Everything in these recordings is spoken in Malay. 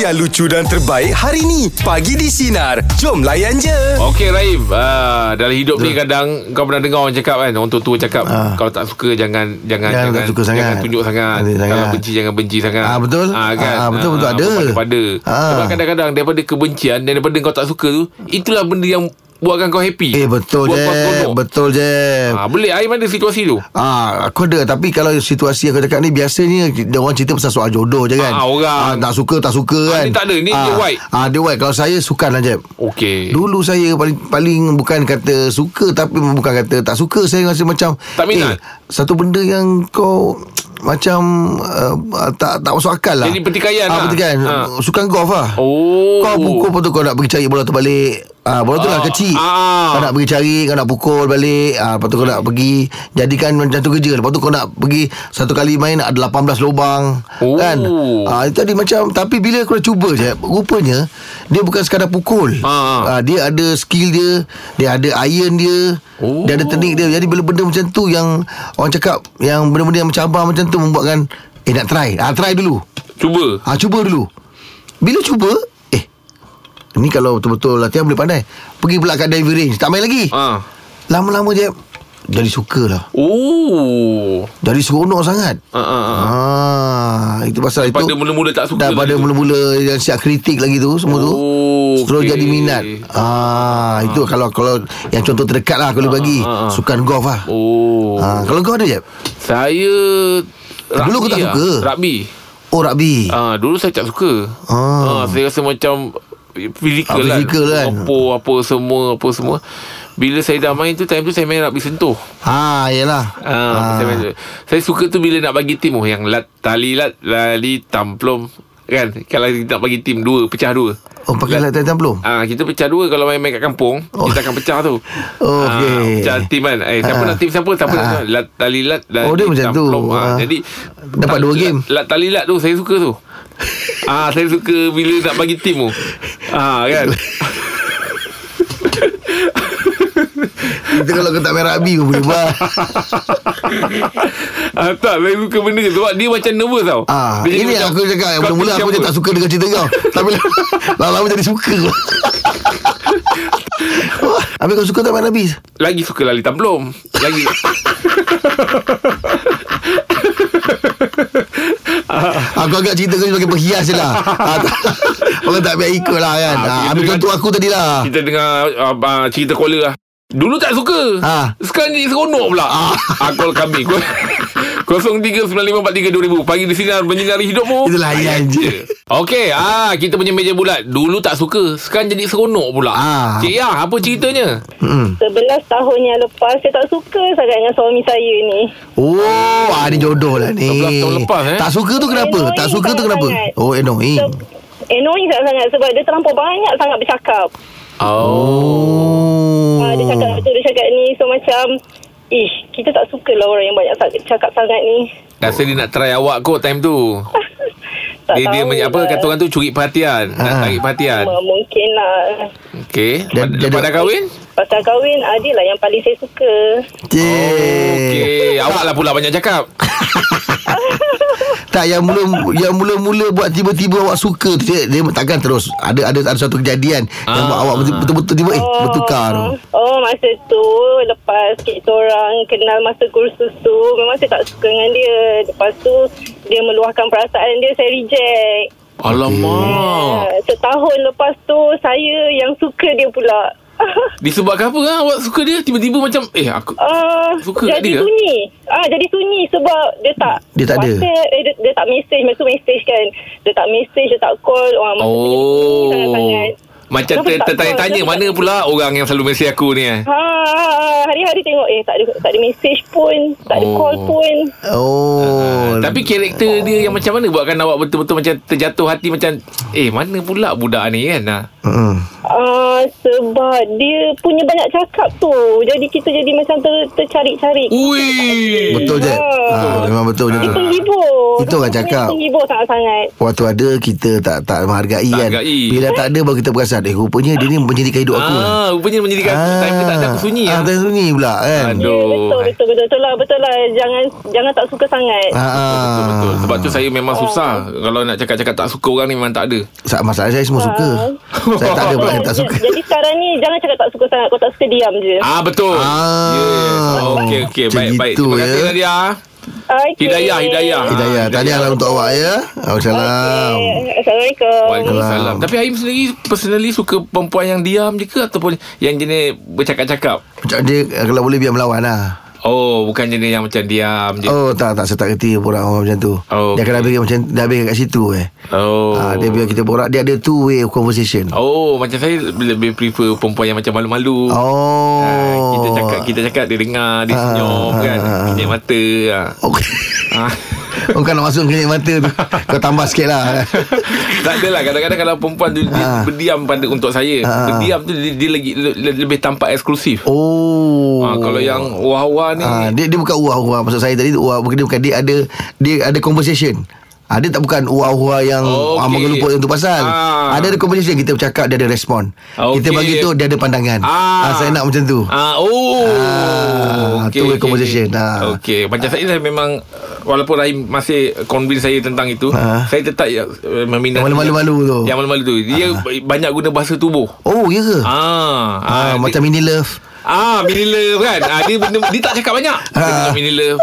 yang lucu dan terbaik hari ni. Pagi di Sinar. Jom layan je. Okey Raif uh, Dalam hidup ni kadang Kau pernah dengar orang cakap kan Orang tua-tua cakap Ah. Kalau tak suka Jangan Jangan Jangan tak suka sangat. jangan tunjuk sangat Nanti Kalau sangat. lah. benci Jangan benci sangat Ah, betul. Ah, kan? Ah, betul, betul, ada. Pada Ah. Sebab kadang-kadang Daripada kebencian dan Daripada kau tak suka tu Itulah benda yang Buatkan kau happy Eh betul Buat je kau seronok. Betul je Ah, Boleh Aim ada situasi tu Ah, aku ada Tapi kalau situasi aku cakap ni Biasanya dia orang cerita pasal soal jodoh je kan Ah, orang. ah, Tak suka tak suka Ah, kan ni tak ada. Ni dia white. Eh. ah, Dia white Kalau saya sukan lah Jeb Okey Dulu saya paling paling bukan kata suka tapi bukan kata tak suka saya rasa macam eh, Tak minat? satu benda yang kau macam uh, tak tak masuk akal lah. Jadi pertikaian ah, lah. Pertikaian. Ha. Sukan golf lah. Oh. Kau pukul lepas tu kau nak pergi cari bola tu balik. Ah, bola tu lah Ah, kecil. ah. Kau nak pergi cari, kau nak pukul balik. Ah, lepas tu kau nak pergi jadikan macam tu kerja. Lepas tu kau nak pergi satu kali main ada 18 lubang. Oh. Kan? Ah, itu tadi macam tapi bila kau dah cuba je rupanya dia bukan sekadar pukul. Ah, Ah, dia ada skill dia, dia ada iron dia, Oh. dia ada teknik dia. Jadi bila benda macam tu yang orang cakap yang benda-benda yang macam abang macam tu membuatkan eh nak try. Ah try dulu. Cuba Ah cuba dulu. Bila cuba, eh ni kalau betul-betul latihan boleh pandai. Pergi pula kat diving range, tak main lagi. ah. Lama-lama je jadi sukalah. Oh Jadi seronok sangat. ah, ah, ah. Ah, itu pasal Daripada itu. mula-mula tak suka Daripada lagi tu. mula-mula yang siap kritik lagi tu semua tu. Oh, Terus okey. jadi minat. Ah, itu kalau kalau yang contoh terdekat lah kalau bagi ah, ah. sukan golf lah. Oh Ah, kalau kau ada je. Saya Dulu aku rugby tak lah. suka. Rugby Oh, rugby. Ah, dulu saya tak suka. Ah. Ah, saya rasa macam fizikal lah. Ah, fizikal kan. Apa apa semua apa semua. Bila saya dah main tu time tu saya main rugby sentuh. Ha, yalah. Ah, Saya, main, saya suka tu bila nak bagi tim oh yang lat tali lat lali tamplom kan. Kalau kita nak bagi tim dua pecah dua. Oh, pakai latihan belum? Ah kita pecah dua kalau main-main kat kampung oh. kita akan pecah tu. Oh, okey. Ah, pecah tim kan. Eh siapa Ah. nak tim siapa siapa nak Ah. tim. lat tali lat dan Oh, dia macam tu. Ah. Jadi Dapat lat- dua game. Lat, lat tali lat tu saya suka tu. ah saya suka bila nak bagi tim tu. Ah kan. Kita kalau kau tak main rugby pun boleh buat. ah, tak saya suka benda tu sebab dia macam nervous tau. Ah, Dia jadi ini macam, yang aku cakap yang kau mula-mula tim aku je siapa? tak suka dengan cerita kau. Tapi lama-lama jadi suka. Wah, Habis kau suka tak main rugby? Lagi suka lali tamplom Lagi Aku agak cerita Ah, kau sebagai penghias je lah Ah, tak- Orang tak biar ikut lah kan Ah, ah, Ambil kita- contoh aku tadi lah Kita dengar uh, uh, cerita caller lah Dulu tak suka Ha. Sekarang jadi seronok pula Ah. ha. ha call kami Call- 0395432000 Pagi di sini menyinari hidupmu Ya. Itu layan je Okey ah, Kita punya meja bulat Dulu tak suka Sekarang jadi seronok pula Ah. Cik Yang apa ceritanya hmm. 11 tahun yang lepas Saya tak suka sangat dengan suami saya ni Oh ah, Ni jodoh lah ni 11 tahun lepas, eh. Tak suka tu kenapa? Annoying Tak suka tu kenapa? sangat. Ah, Oh annoying So, Annoying sangat-sangat Sebab dia terlampau banyak sangat bercakap Oh Oh uh, Dia cakap tu, dia cakap ni So macam Ish, kita tak suka lah orang yang banyak sa- cakap sangat ni Rasa dia nak try awak kot time tu tak Dia, dia tahu men- apa lah. kata orang tu curi perhatian Nak Ah. tarik perhatian M- Mungkin lah Okey Dia- Lepas dia- lepas dah kahwin Pasal kahwin, ah, dia lah yang paling saya suka Cik Oh, Okey Awak lah pula banyak cakap Tak yang mula yang mula-mula buat tiba-tiba awak suka tu dia, dia takkan terus ada ada ada satu kejadian yang Ah. buat awak betul- betul-betul tiba eh bertukar tu. Oh masa tu Lepas kita orang Kenal masa kursus tu Memang saya tak suka dengan dia Lepas tu Dia meluahkan perasaan dia Saya reject Oh. Alamak Ah, Setahun lepas tu Saya yang suka dia pula Disebabkan apa lah awak suka dia Tiba-tiba macam Eh aku Uh, Suka kat jadi dia? sunyi ah Jadi sunyi sebab Dia tak Dia tak ada. WhatsApp, eh, dia, dia tak message Masa tu message kan Dia tak message Dia tak call Orang masa tu jadi sunyi Oh sangat-sangat. Macam Kenapa ter- tak tertanya-tanya call? Mana pula orang yang selalu mesej aku ni eh Ha, ha, ha, hari-hari tengok eh tak ada tak ada message pun, tak ada Oh. call pun. Oh. Ah, Tapi karakter dia yang macam mana Buatkan Hmm. awak betul-betul macam terjatuh hati Macam Eh mana pula budak ni kan ha? Mm-mm. Uh, Ah, sebab dia punya banyak cakap tu. Jadi kita jadi macam ter, tercari-cari. Ui. Betul je ha, Memang betul macam Dia tu penghibur. Itu orang Dia cakap. Penghibur sangat-sangat. Waktu ada kita tak tak menghargai Tak kan. hargai. Bila tak ada baru kita perasan eh rupanya dia ni menjadikan hidup aku. kan? Ah, rupanya menjadikan aku time dia tak ada aku sunyi. Ah, ah. tak sunyi pula kan. Aduh. Ya, betul, betul, betul, betul lah, betul lah. Jangan, jangan tak suka sangat. Ah, ah. Betul, betul. Sebab tu saya memang Oh. susah Kalau nak cakap-cakap tak suka orang ni memang tak ada Sa- Masalah saya semua suka. saya Ah, tak ada pula yang tak suka. Jadi sekarang ni Jangan cakap tak suka sangat Kau tak suka diam je Ah betul Ah. yes. Okey okey Macam Baik-baik gitu, Terima kasih ya. Nadia okay. Hidayah, hidayah. Ah, Hidayah, tahniah lah untuk awak ya. Waalaikumsalam. okay. Assalamualaikum Waalaikumsalam Tapi Aim sendiri Personally suka perempuan yang diam je ke Ataupun yang jenis bercakap-cakap Macam dia eh, kalau boleh biar melawan lah. Oh bukan jenis yang macam diam je Oh tak tak saya tak kerti pula orang macam tu. Oh, Dia akan okey. habis macam dia habis kat situ eh. Oh, Ah, dia biar kita borak dia ada two way conversation. Oh macam saya lebih prefer perempuan yang macam malu-malu Oh. Ah, kita cakap kita cakap dia dengar dia Ah, senyum ah, kan ah. minyak mata ah. Okey. Ah. Oh kau nak masuk kenyek mata tu Kau tambah sikit lah tak adalah kadang-kadang kalau perempuan tu dia Ah. berdiam pada untuk saya Ah, ah. berdiam tu dia, dia lagi le, le- lebih tampak eksklusif Oh Ah, kalau yang wah-wah ni Ah, dia, dia bukan uah-uah Maksud saya tadi tu uah Dia bukan Dia ada Dia ada conversation Ah, dia tak bukan uah-uah yang Okey. okay. ah, mengeluput untuk pasal. Oh, Ah. Ada ada conversation kita bercakap dia ada respon. Okey. Kita bagi tu dia ada pandangan. Ah. Ah, saya nak macam tu. Ah, oh. Ah, Okey, two way okey, conversation. okey. Ah. Okey, macam saya saya memang walaupun Rahim masih convince saya tentang itu, Ah. saya tetap uh, meminat Yang malu-malu tu. Ah. Yang malu-malu tu. Dia banyak guna bahasa tubuh. Oh, ya ke? Ah, Ah, ah, dia- macam mini love. Ah, mini love kan. Ah, dia benda dia tak cakap banyak. Dia cakap mini love.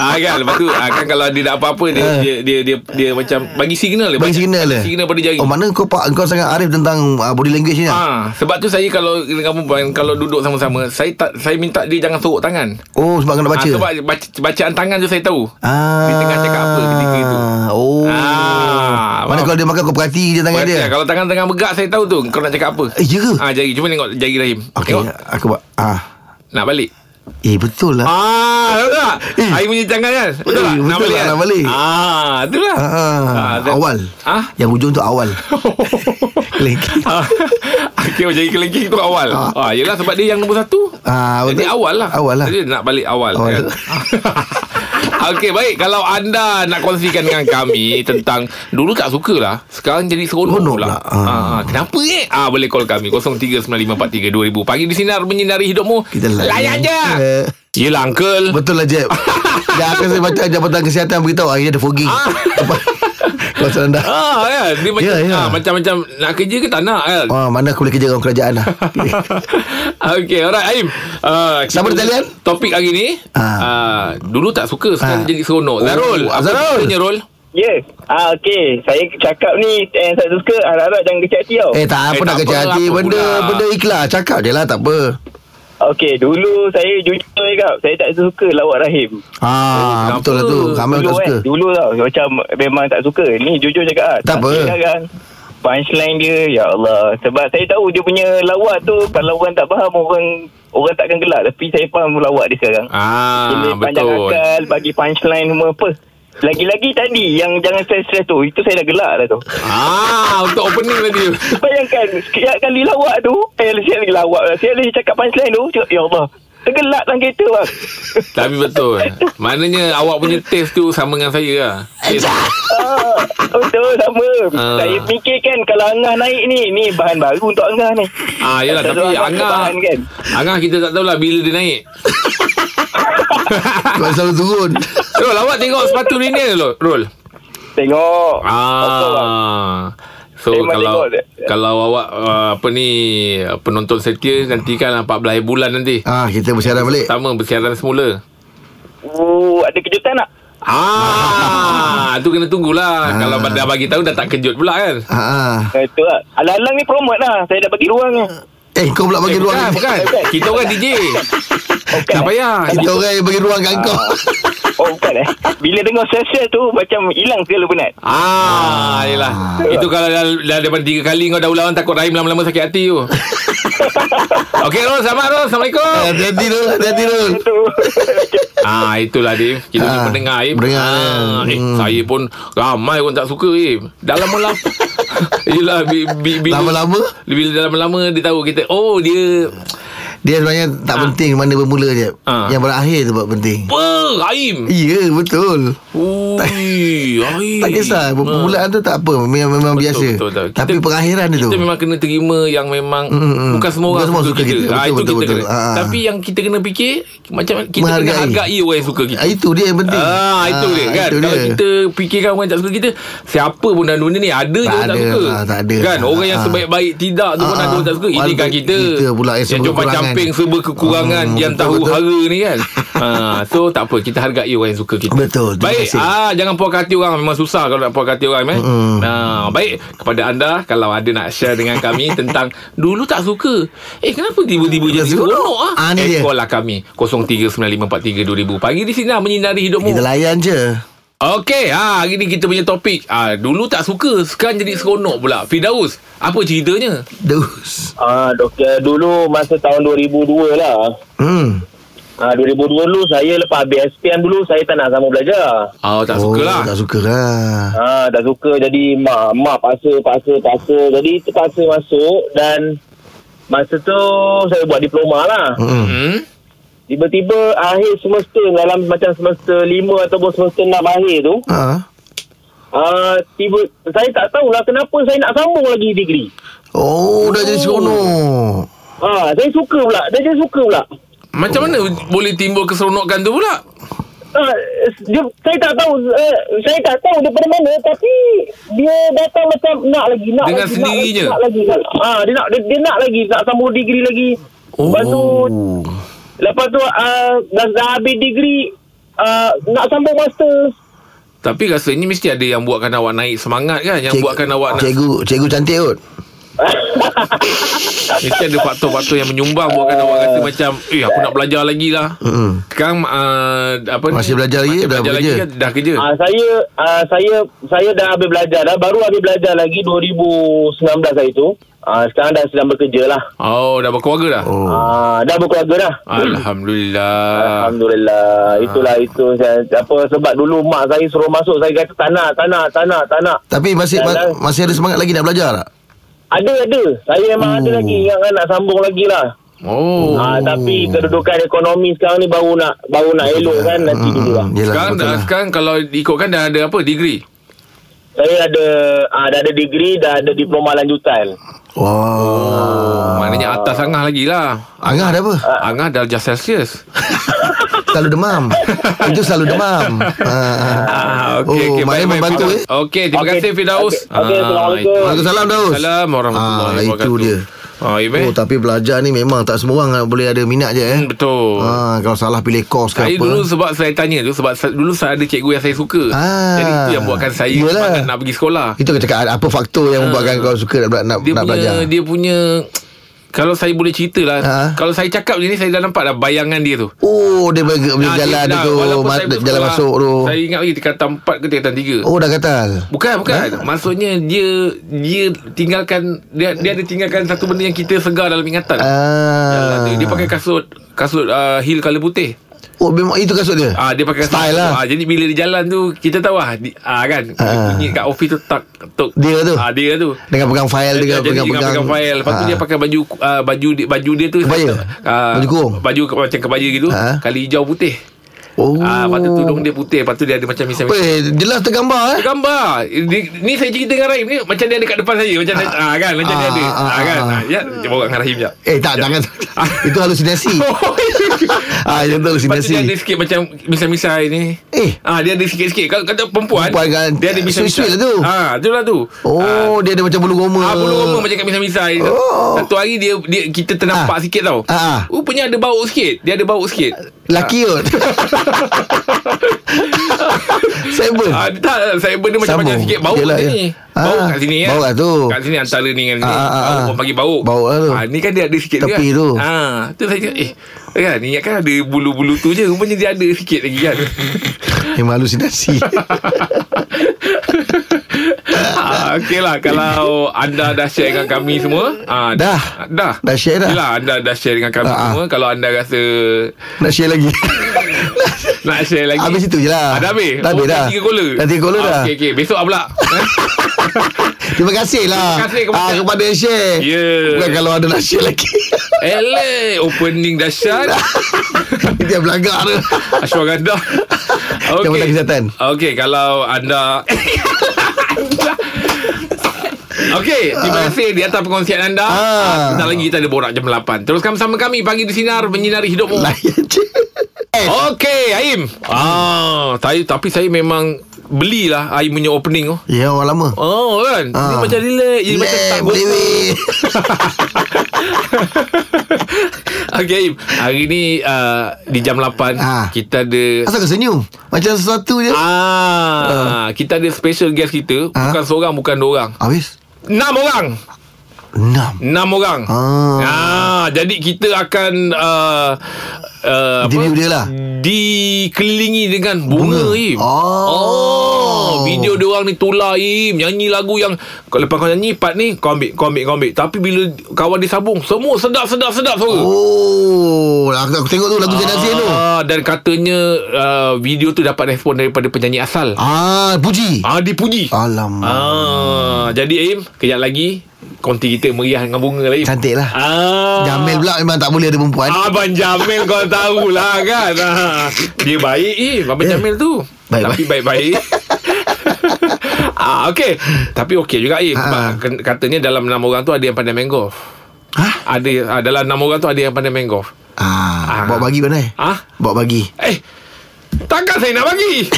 Ah kan, lepas tu ah, kan kalau dia nak apa-apa dia, dia, dia dia dia macam bagi signal dia. Ah. Bagi signal lah. Signal pada jari. Oh, mana kau pak kau sangat arif tentang ah, body language ni. Ah. Ah, sebab tu saya kalau dengan perempuan kalau duduk sama-sama, saya tak saya minta dia jangan sorok tangan. Oh, sebab kau nak baca. Ah, sebab baca, bacaan tangan tu saya tahu. Ah. Dia tengah cakap apa ketika itu. Oh. Ah, Mana faham? kalau dia makan kau perhati je tangan Perhatian, dia. Kalau tangan tengah bergerak saya tahu tu kau nak cakap apa. Eh, ya ke? Ah, jari. Cuma tengok jari Rahim. Okey, ya. Tengok. aku buat. Ah. Nak balik. Eh, betul lah. Ah, betul tak? Eh. Air punya tangan kan? Betul Eh, tak? betul tak? Nak balik. Ah, itulah. Ah, ah, that- awal. Ah? Yang hujung tu awal. Kelengki. Ah, okay, macam ikan lagi tu awal. Ah. ah, yelah sebab dia yang nombor satu. Ah, Jadi betul. awal lah. Awal lah. Jadi nak balik awal. Awal. Kan? Okey baik Kalau anda nak kongsikan dengan kami Tentang Dulu tak suka lah Sekarang jadi seronok Seronok pula pula. Ah. ha. Ha. Kenapa eh ha, Boleh call kami 0395432000 Pagi di Sinar Menyinari hidupmu Kita layan. Layan je Eh. Yelah uncle Betul lah, Jeb. Dah aku saya baca Jabatan Kesihatan beritahu hari ni ada fogging. Apa? Kau senang dah. Ah, kan? Dia macam, Ya, ya. Oh. Ah, macam-macam nak kerja ke tak nak kan? Wah, Ah, mana aku boleh kerja dengan kerajaan lah. okay, alright Aim. Uh, Siapa di talian? Topik hari ni. Ah. Uh, dulu tak suka, sekarang Ah. jadi seronok. Zarul, Oh, apa Zarul. ceritanya Rol? Ya. Ah okey, saya cakap ni eh, saya suka harap-harap jangan kecil hati tau. eh, tak apa Eh, nak tak kerja apa, hati. apa Benda, pula. Eh, benda ikhlas. Cakap je lah, tak apa. Okey, dulu saya jujur cakap, saya tak suka lawak Rahim. Ah, Eh, betul lah kenapa? tu. Kami dulu tak suka. Eh, dulu tau, macam memang tak suka. Ni jujur cakap ah. Tak apa. tapi Sekarang punchline dia, ya Allah. Sebab saya tahu dia punya lawak tu kalau orang tak faham orang orang takkan gelak tapi saya faham lawak dia sekarang. Ah, Dia panjang betul. akal Bagi punchline semua apa Lagi-lagi tadi Yang jangan stress-stress tu Itu saya dah gelak dah tu Ah, untuk opening tadi. Bayangkan Setiap kali lawak tu Eh setiap kali lawak lah Setiap kali cakap punchline tu cakap, Ya Allah Tergelak dalam kereta bang Tapi betul. Maknanya awak punya taste tu sama dengan saya lah. Eh, Taste. ah, Betul sama Ah. Saya fikir kan Kalau Angah naik ni Ni bahan baru untuk Angah ni Ah, yelah. Tak Tapi tahu Angah, bahan kan? Angah kita tak tahulah bila dia naik. Kau selalu turun. Rol, awak tengok sepatu ni ni, Rol. Rol. Tengok Betul, bang. Ah. So Memang kalau tengok dia. kalau awak uh, apa ni penonton setia nanti kan 14 bulan nanti. Ah, kita bersiaran balik. Pertama bersiaran semula. Oh, Ada kejutan tak Ah, tu kena tunggulah. Kalau dah bagi tahu dah tak kejut pula kan. Ha ah. Eh, Ah, Itu lah Alang-alang ni promote lah Saya dah bagi ruang ni Eh, Eh kau pula bagi Eh, ruang bukan, kat- bukan. Kita orang DJ. Bukan, Tak eh? payah. Kita orang yang bagi ruang kat kau Ah. Oh bukan eh Bila dengar sel-sel tu Macam hilang segala penat Ah, yelah. Itu kalau dah, dah daripada tiga kali kau dah ulang takut Rahim lama-lama sakit hati tu. Okey, Rol. Selamat, Rol. Assalamualaikum. Eh, Hati-hati dulu Hati-hati dulu Tu Ah itulah Dave Kita Ah, ah, pendengar Im. pendengar. ah, eh, Hmm. Saya pun Ramai orang tak suka Im. Dah lama-lama Yelah bi, bi, bila, Lama-lama? Bila dah lama-lama Dia tahu kita Oh dia Dia sebenarnya tak penting Mana bermula je Ah. Yang berakhir tu buat penting Apa Rahim Ya betul Ui Rahim Ah. Tak kisah Permulaan tu tak apa Memang, memang Betul, biasa betul, betul. Tapi Kita- pengakhiran dia tu Kita memang kena terima Yang memang Mm-mm. mm, Bukan semua Bukan orang semua suka kita. Ah, Betul, Itu betul, kita betul. kena. Ah, ah. Tapi yang kita kena fikir Macam kita Menghargai. kena hargai Orang yang suka kita Ah, Itu dia yang penting Ah, itu dia kan. itu Kalau dia. kita fikirkan orang yang tak suka kita, siapa pun dalam dunia ni ada je Tak orang tak ada suka. lah, tak ada. Kan orang yang Ah. sebaik-baik tidak tu pun Ah, ada orang tak suka. Ini kan walaupun kita. kita pula yang yang serba cuma kekurangan. camping serba kekurangan Hmm, yang betul, tahu betul. hara ni kan. ah, so tak apa kita hargai orang yang suka kita. Betul, terima Baik, kasih. ah jangan puas hati orang memang susah kalau nak puas hati orang eh. Ah, baik kepada anda kalau ada nak share dengan kami tentang dulu tak suka. Eh kenapa tiba-tiba jadi suka. seronok ah? Ah, ni Eh dia. call lah kami 0395432000. Pagi di sini lah menyinari hidupmu. Kita layan je Okey, ha, hari ni kita punya topik. Ha, dulu tak suka, sekarang jadi seronok pula. Fidaus, apa ceritanya? Dus Ah, doktor, Dulu masa tahun 2002 lah Hmm Ah 2002 dulu saya lepas habis SPM dulu saya tak nak sama belajar. Oh, tak oh, suka lah. Tak suka lah Ah tak suka jadi mak mak paksa paksa paksa jadi terpaksa masuk dan masa tu saya buat diploma lah. Hmm Hmm? Tiba-tiba akhir semester dalam macam semester 5 ataupun semester 6 akhir tu Ah. ah tiba saya tak tahulah kenapa saya nak sambung lagi degree. Oh, dah jadi seronok. Ah saya suka pula dan saya suka pula. Macam mana boleh timbul keseronokan tu pula? Ah, dia, saya tak tahu eh, saya tak tahu daripada mana tapi dia datang macam nak lagi nak Dengan lagi, sendirinya? nak lagi, nak lagi ah ha, dia nak dia, dia nak lagi nak sambung degree lagi lepas tu lepas tu uh, dah, dah habis degree uh, nak sambung master Tapi rasanya mesti ada yang buatkan awak naik semangat kan? Yang Cik- buatkan awak nak... Cikgu, cikgu cantik kot. Mesti ada faktor-faktor yang menyumbang buatkan awak kata Oh. macam, eh aku nak belajar lagi lah. Hmm. Sekarang uh, apa ni? Masih belajar lagi, Masih dah belajar lagi bekerja. kan? Dah kerja. ah saya ah saya saya dah habis belajar dah baru habis belajar lagi 2019 hari tu ah sekarang dah sedang bekerja lah Oh, dah berkeluarga dah? Oh. ah dah berkeluarga dah Alhamdulillah. Alhamdulillah Itulah itu saya, Apa sebab dulu Mak saya suruh masuk Saya kata tak nak Tak nak Tak nak Tak nak Tapi masih ma- Jalan. masih ada semangat lagi nak belajar tak? Ada ada Saya memang ada lagi Yang nak sambung lagi lah Oh. Ah, Tapi kedudukan ekonomi sekarang ni Baru nak Baru nak elok kan Nanti dulu lah Hmm, Yelah, Sekarang, betul dah, lah. sekarang kalau ikutkan dah ada apa? Degree? Saya ada ah, Dah ada degree Dah ada diploma lanjutan Wah. Oh, maknanya atas angah lagi lah. Angah ada apa? Angah darjah Celsius. Selalu demam. Itu selalu demam. Ha. Ah, Oh, okey, okey. maknanya membantu, eh. Okey, terima Okey, kasih Fidaus. okey, okey, Ah, Assalamualaikum. Waalaikumsalam Daus. Waalaikumsalam warahmatullahi Ah, itu wabarakatuh. dia. Ah, ya, Oh, tapi belajar ni memang tak semua orang boleh ada minat je eh. Hmm, betul. Ha, kalau salah pilih kos ke Saya apa. dulu sebab saya tanya tu sebab sa- dulu saya ada cikgu yang saya suka. Ah. Jadi itu yang buatkan saya Yelah. semangat nak pergi sekolah. Itu kita cakap apa faktor yang membuatkan kau suka nak, nak, Ah. Dia nak punya belajar. dia punya kalau saya boleh cerita lah Ah. Kalau saya cakap je ni Saya dah nampak dah bayangan dia tu Oh, dia boleh boleh Ah, jalan dia dia dah, tu, walaupun ma- saya bersekolah, jalan masuk tu. Saya ingat lagi tingkatan 4 ke tingkatan 3 Oh, dah gatal. Bukan bukan Maksudnya dia Dia tinggalkan Dia dia ada tinggalkan Satu benda yang kita segar Dalam ingatan Jalan Ah. tu. Dia pakai kasut Kasut uh, heel colour putih Oh memang itu kasut dia Ah Dia pakai kasut Style lah ah, Jadi bila dia jalan tu Kita tahu lah di, ah, Kan Ah. Bunyi kat office tu tak, tak, Dia tu? ah, Dia tu Dengan pegang fail Jadi Dengan pegang, pegang-pegang pegang file Lepas tu Ah. dia pakai baju uh, Baju dia, baju dia tu Kebaya? Ah, Baju kurung? Baju ke- macam kebaya gitu Ah. Kali hijau putih Oh Ah, Lepas tu tudung dia putih Lepas tu dia ada macam misal-misal Weh, Jelas tergambar eh Gambar Di- Ni saya cerita dengan Rahim ni Macam dia ada kat depan saya Macam ah, ah, kan Macam dia Ah, ada ah, ah, kan ah. ah, Ya Cuba orang dengan Rahim sekejap Eh tak jangan Itu halusinasi Oh. Ah Lepas tu dia itu ada halusinasi sikit macam Misai-misai ni Eh. ah, Dia ada sikit-sikit Kalau kata perempuan Perempuan kan, Dia ada misai-misai sweet-sweet lah ah, tu. Itulah tu Oh dia ada macam bulu goma Ah, bulu roma macam kat misai-misai Oh. Satu hari dia, dia Kita ternampak Ah. sikit tau Oh, Ah. Rupanya ada bau sikit Dia ada bau sikit Lelaki kot Seven Ah, tak, saya benda macam-macam Sambung. sikit Bau Yelah, kat ya. sini Ah, Bau kat sini kan bau kat tu. Kat sini antara ni dengan ni Ah, ah, ah, Bau ah. Pagi bau Bau lah tu. Ah, Ni kan dia ada sikit Tepi kan? tu. ah, Tu saya cakap, eh kan, Ni kan ada bulu-bulu tu je Rupanya dia ada sikit lagi kan Memang Eh, halusinasi ah, Okey lah Kalau anda dah share dengan kami semua ah, Dah. Dah Dah share dah. Yelah anda dah share dengan kami Ah, ah. semua Kalau anda rasa Nak share lagi Nak share lagi Habis itu je lah Ada habis? Dah habis Oh, dah Tiga kola Dah tiga kola Ah, dah Okey okey Besok pula Terima kasih lah Terima kasih kepada- ah, Kepada yang share Ya. Bukan kalau ada nak share lagi Eleh Eh, Opening dahsyat Dia belagak tu Ashwagandha Jabatan Kesihatan. Okey kalau anda Okey, terima kasih di atas perkongsian anda. Ah. Ah. Sebentar lagi kita ada borak jam 8. Teruskan bersama kami pagi di sinar menyinari hidupmu. Layan je Eh. Oh. Okey, Aim. Ah, saya tapi saya memang belilah Aim punya opening tu. Ya orang lama Oh kan Dia Ah. macam relax Dia macam Relax, tak gosok. boleh. Okay Im Hari ni uh, Di jam 8 Ah. Kita ada Asal kau senyum Macam sesuatu je Ah, kita ada special guest kita, Ah. bukan seorang bukan dua orang. Habis Enam orang. Enam Enam orang. Ah. Ah, jadi kita akan uh, uh, apa? Review dia lah. Dikelilingi dengan bunga, Bunga. Im. Oh. oh. Video dia orang ni tular Im, nyanyi lagu yang kalau lepas kau nyanyi part ni kau ambil, kau ambil, kau ambil. Tapi bila kawan dia sambung, semua sedap-sedap sedap suara. Oh Aku, aku tengok tu lagu Zain Azir tu Ah, dan katanya uh, video tu dapat respon daripada penyanyi asal. Ah Puji Ah, dipuji. Alamak Ah, jadi Im, kejap lagi konti kita meriah dengan bunga lah Im. Cantik lah Ah. Jamil pula memang tak boleh ada perempuan Abang Jamil kau tahulah kan. Ah. Dia baik Im, Abang Ya. Jamil tu. Baik-baik. Tapi baik-baik. ah, okey. Tapi okey juga Im. Sebab Ah. ken- katanya dalam enam orang tu ada yang pandai main golf. Hah? Ada ah, dalam enam orang tu ada yang pandai main golf. Ah. Ah, Bawa bagi pandai Ah? Bawa bagi Eh, takkan saya nak bagi.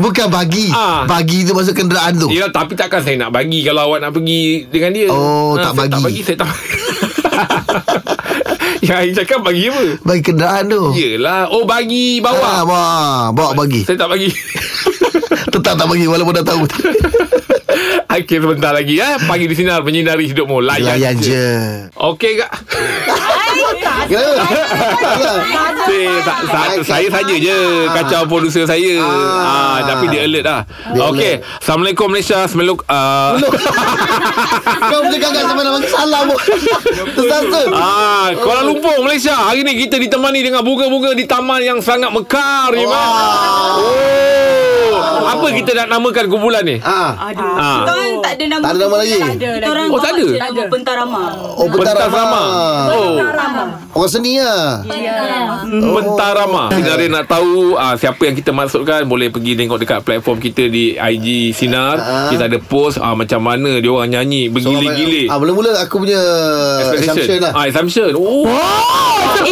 Bukan bagi Ah. Bagi tu masuk kenderaan tu Ya tapi takkan saya nak bagi Kalau awak nak pergi Dengan dia Oh, Ah, tak saya Tak bagi bagi. saya tak Yang Ain cakap bagi apa Bagi kenderaan tu Yelah Oh bagi Ah, bawah bawa, bawa bagi Saya tak bagi Tetap tak bagi Walaupun dah tahu Akhir sebentar lagi eh. Pagi di sinar Menyinari hidupmu Layan, Layan je Okey kak Ya saya, sa- sa- saya saja je Kacau producer saya ah. Ah. Tapi dia alert lah Okey Assalamualaikum Malaysia Assalamualaikum uh, Kau boleh gagal sampai nak bagi salam pun Ya, Tersasul Ah, Kuala Lumpur Malaysia Hari ni kita ditemani dengan bunga-bunga di taman yang sangat mekar ya, Mat. Oh. Apa kita nak namakan kumpulan ni? Ah, Aduh. Ah. Kita orang tak ada nama. Tak ada nama lagi? Tak ada. Oh, Kita orang tak ada? je nama Pentarama. Oh Pentarama. Oh. Pentarama. Orang seni lah Oh. Pentarama. Sinar nak tahu ah, siapa yang kita masukkan boleh pergi tengok dekat platform kita di IG Sinar. Ah. Kita ada post ah, macam mana dia orang nyanyi bergilir-gilir. ah, Mula-mula aku punya Assumption lah Ah, assumption. Oh. lah.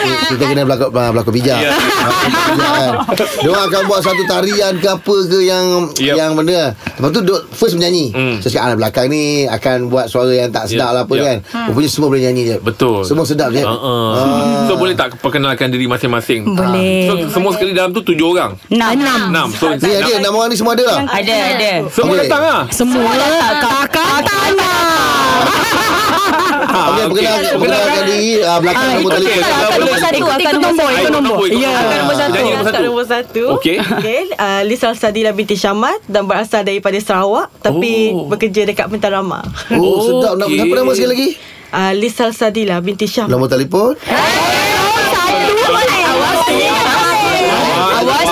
Kita kena berlakon, ah, berlakon bijak Ya. yeah. Dia orang akan buat satu tarian ke apa ke Yang Yep. yang benda Lepas tu duk, first menyanyi Hmm. Ya. So sekarang "Ah, belakang ni Akan buat suara yang tak sedap Yep. lah apa Yep. kan Rupanya semua boleh nyanyi je Betul. Semua sedap je Ah. Uh, uh. So boleh tak perkenalkan diri masing-masing? Ah. Boleh. So semua sekali dalam tu tujuh orang. Enam. Enam. Ah. Enam. So Ni ada enam orang ni semua ada lah Ada, ada. semua Okey. datang ah. Semua lah. kakak tanah. Ah, Okay, perkenalkan, perkenalkan diri ah, Belakang Ah, nombor ikut dia. telefon Kakak nombor satu. Kakak nombor. Ikut nombor. Ya. Kakak Nombor satu. Nyanyi nombor satu. Nombor satu. Okey. Okay. Uh, Lisa Sadila binti Syamat dan berasal daripada Sarawak tapi oh. Oh. bekerja dekat Pentarama. Oh sedap Nama- Okey. Apa nama sekali lagi? Uh, Lisa Sadila binti Syamat. Nombor telefon Awas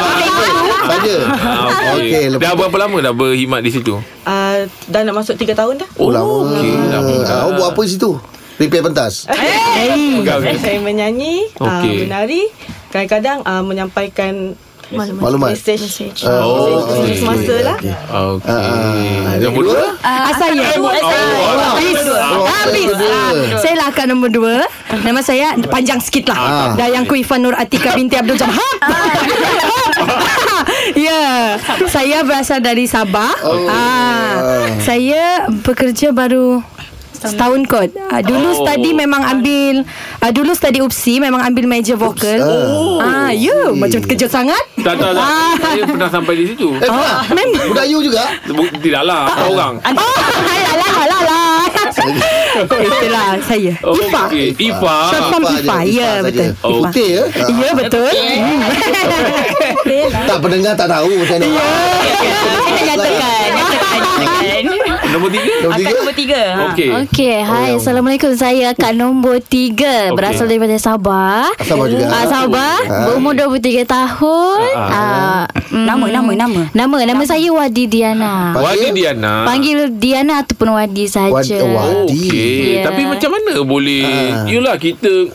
Saja Ah, Okey, Okey. lepas Dah tu- berapa lama dah berkhidmat di situ? Uh, dah nak masuk 3 tahun dah. Oh lama Okey, lama dah. Ah, Awak buat apa di situ? Repair pentas Eh, Saya menyanyi, uh, Eh! Okey. menari, kadang-kadang uh, menyampaikan Maklumat. Mesej. Ah, Oh, Mesej okey. semasa lah. Okey. Ah, Nombor dua. Ah, saya. Habis. Habis. Ah, Saya lah akak nombor dua. Nama saya panjang sikit Ah. lah. Dah yang ku Ifan Nur Atika binti Abdul Jamhab. Ya, saya berasal dari Sabah. Oh. Ah, saya bekerja baru Setahun kot uh, Dulu Oh. oh. study memang ambil uh, Dulu study UPSI Memang ambil major vokal Oh. Ah, Ya yeah, Macam terkejut sangat Tak tak tak Ah. Saya pernah sampai di situ Eh, pernah? memang. Budak you juga? Bu- Tidaklah Ah. Empat orang Oh Alah alah alah alah Itulah saya Oh, Ifa okey. Ifa Short form Ifa Ifa je, Ya Ifa betul Oh, saja. Putih ya? Ah. Ya betul Hmm. Tak pendengar tak tahu macam mana. Ya. Kita nyatakan Nyatakan nyatakan. Nombor tiga Nombor Akak tiga? nombor tiga ha. Ah, Okey Okey, hai. yang- Assalamualaikum. Saya akak nombor tiga. Okey. Berasal daripada Sabah. Sabah juga. Ah, Sabah. Ah. Berumur 23 tahun. Ah. Ah, mm, Nama nama nama Hmm. Nama, nama saya Wadi Diana. Panggil? Wadi Diana Panggil Diana ataupun Wadi Wadi- saja. oh, Wadi. Okey Ya. Tapi macam mana boleh Ah. Yelah kita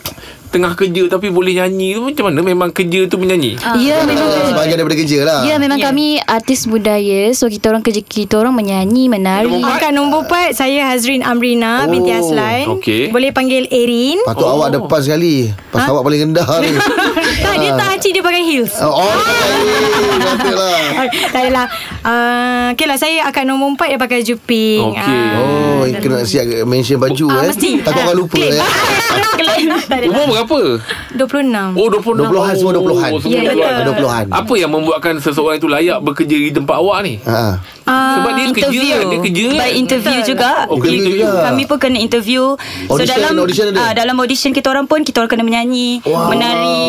Tengah kerja Tapi boleh nyanyi tu Macam mana memang kerja tu menyanyi Ya, memang Sebagai daripada kerja lah. Ya memang yeah. kami artis budaya So kita orang kerja kita orang menyanyi, menari Nombor Angkat nombor empat Saya Hazrin Amrina Binti Oh, Aslain okey. Boleh panggil Erin Patut Oh. awak depan sekali. Ha? Pas awak paling rendah ni. Tak Ah. dia tak haji Dia pakai heels Oh, lah. oh. Katalah. lah. Tak adalah uh, Okay lah Saya akak nombor empat Dia pakai juping Okey. Ah. Oh, kena siap mention baju Ah, eh. Takut orang lupa eh. Umur berapa 26 Oh 26 20-an semua 20-an. oh, semua Ya, 20-an. ya. 20-an. Apa yang membuatkan seseorang itu layak bekerja di tempat awak ni? Ha. Ah, Sebab dia kerja interview. kan? Dia kerja By kan? interview Betul. juga. Okey, Oh, Interview interview. juga. Kami pun kena interview. Audition, dalam audition ada? ah, dalam audition kita orang pun kita orang kena menyanyi, Wow. menari,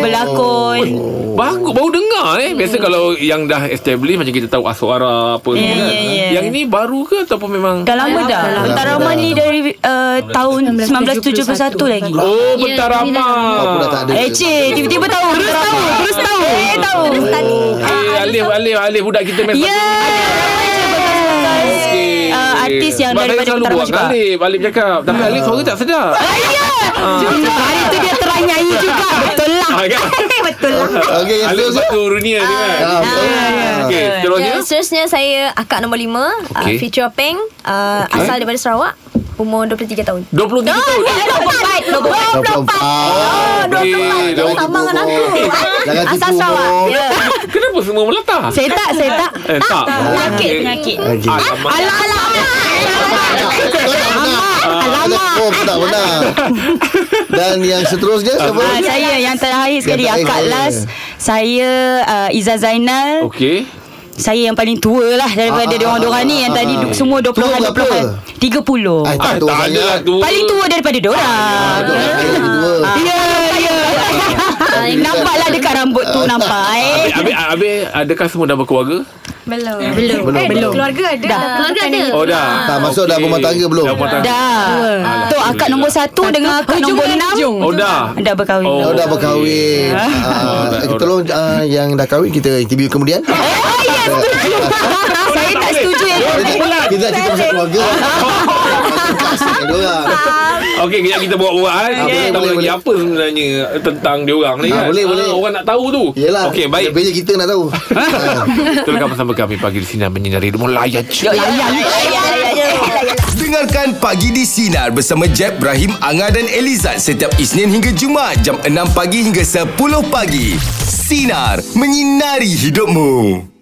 berlakon. Oh. Oh. Bagus baru dengar eh. Hmm. Biasa kalau yang dah established macam kita tahu aswara apa semua Ya, kan. ya, ya. Yang ni baru ke ataupun memang Dah lama dah. lama Tentara dah. Rahman Lah, ni dari uh, tahun 1971 lagi. Oh, Ya, bentar ini ramah. dah- Aku dah tak ada. Eh, cik, tiba-tiba tahu. Terus tahu, terus tahu. Eh, tahu. Ah, Eh, Alif, Alif, Alif budak kita main Ya. Okey. Ah, artis yang Sebab daripada saya selalu Tentara buat kan? juga. dengan Alif Alif cakap Tapi Ah. Alif suara tak sedap Hari tu dia terang nyanyi juga Betul lah Ah, kan? Betul lah Okey, Alif terus. batu runia dia kan ya, Ah, ya, betul. Okey, seterusnya Ya, seterusnya saya akak nombor lima okay. uh, Okey. Future Peng uh, okay. Asal daripada Sarawak Umur 23 tahun 23 tahun Nombor empat. Okey, Jangan dah- Sama dengan tipu, aku Bos. Jangan Asal tipu. Sarawak Bos. Ya. Kenapa semua meletak? Saya tak Saya tak Eh, tak Ah, Penyakit, Okey. Ah, penyakit. Okey. Lah, Alamak Kau tak benar. Alamak. Kau tak benar. Dan yang seterusnya siapa? Ah, saya yang terakhir sekali Yang terakhir ya. akak saya. last saya uh, Iza Zainal Okey saya yang paling tua lah daripada Oh. Ah, ah, diorang-diorang ah, ni yang ah, tadi ah. du- semua 20-an Tua berapa? 20-an 30 Ah, Ay, Eh, tak tahu tak ada lah sangat. tua paling tua daripada diorang Betul, saya kedua. ya ya lah. nampaklah Lah, dekat rambut tu nampak eh Habis, habis, habis adakah semua dah berkeluarga? Belum Belum Belum. Belum. Eh, Keluarga ada Dah. Keluarga ada Oh dah. Tak, masuk dah rumah tangga belum? Dah rumah tangga. dah Ah. tu akak nombor 1 dengan akak nombor eh? 6 Oh dah. dah berkahwin Oh. Oh, dah berkahwin. Ah, tak, eh, Tolong ah, yang dah kahwin kita interview kemudian. saya tak setuju Oh, eh Kita kita cerita pasal keluarga. Kasih orang. Okey, kejap kita buat-buat kan. Ah, Kita boleh, tahu boleh, lagi boleh. apa sebenarnya tentang dia orang ni Ah, kan. boleh, Ah, boleh. Orang nak tahu tu. Yelah. Ah. Okey, baik. Lebihnya kita nak tahu. Teruskan bersama kami pagi di sini dan menyinari rumah layan. je. Dengarkan Pagi di Sinar bersama Jeb, Ibrahim, Anga dan Elizad setiap Isnin hingga Jumaat jam 6 pagi hingga 10 pagi. Sinar. Menyinari hidupmu.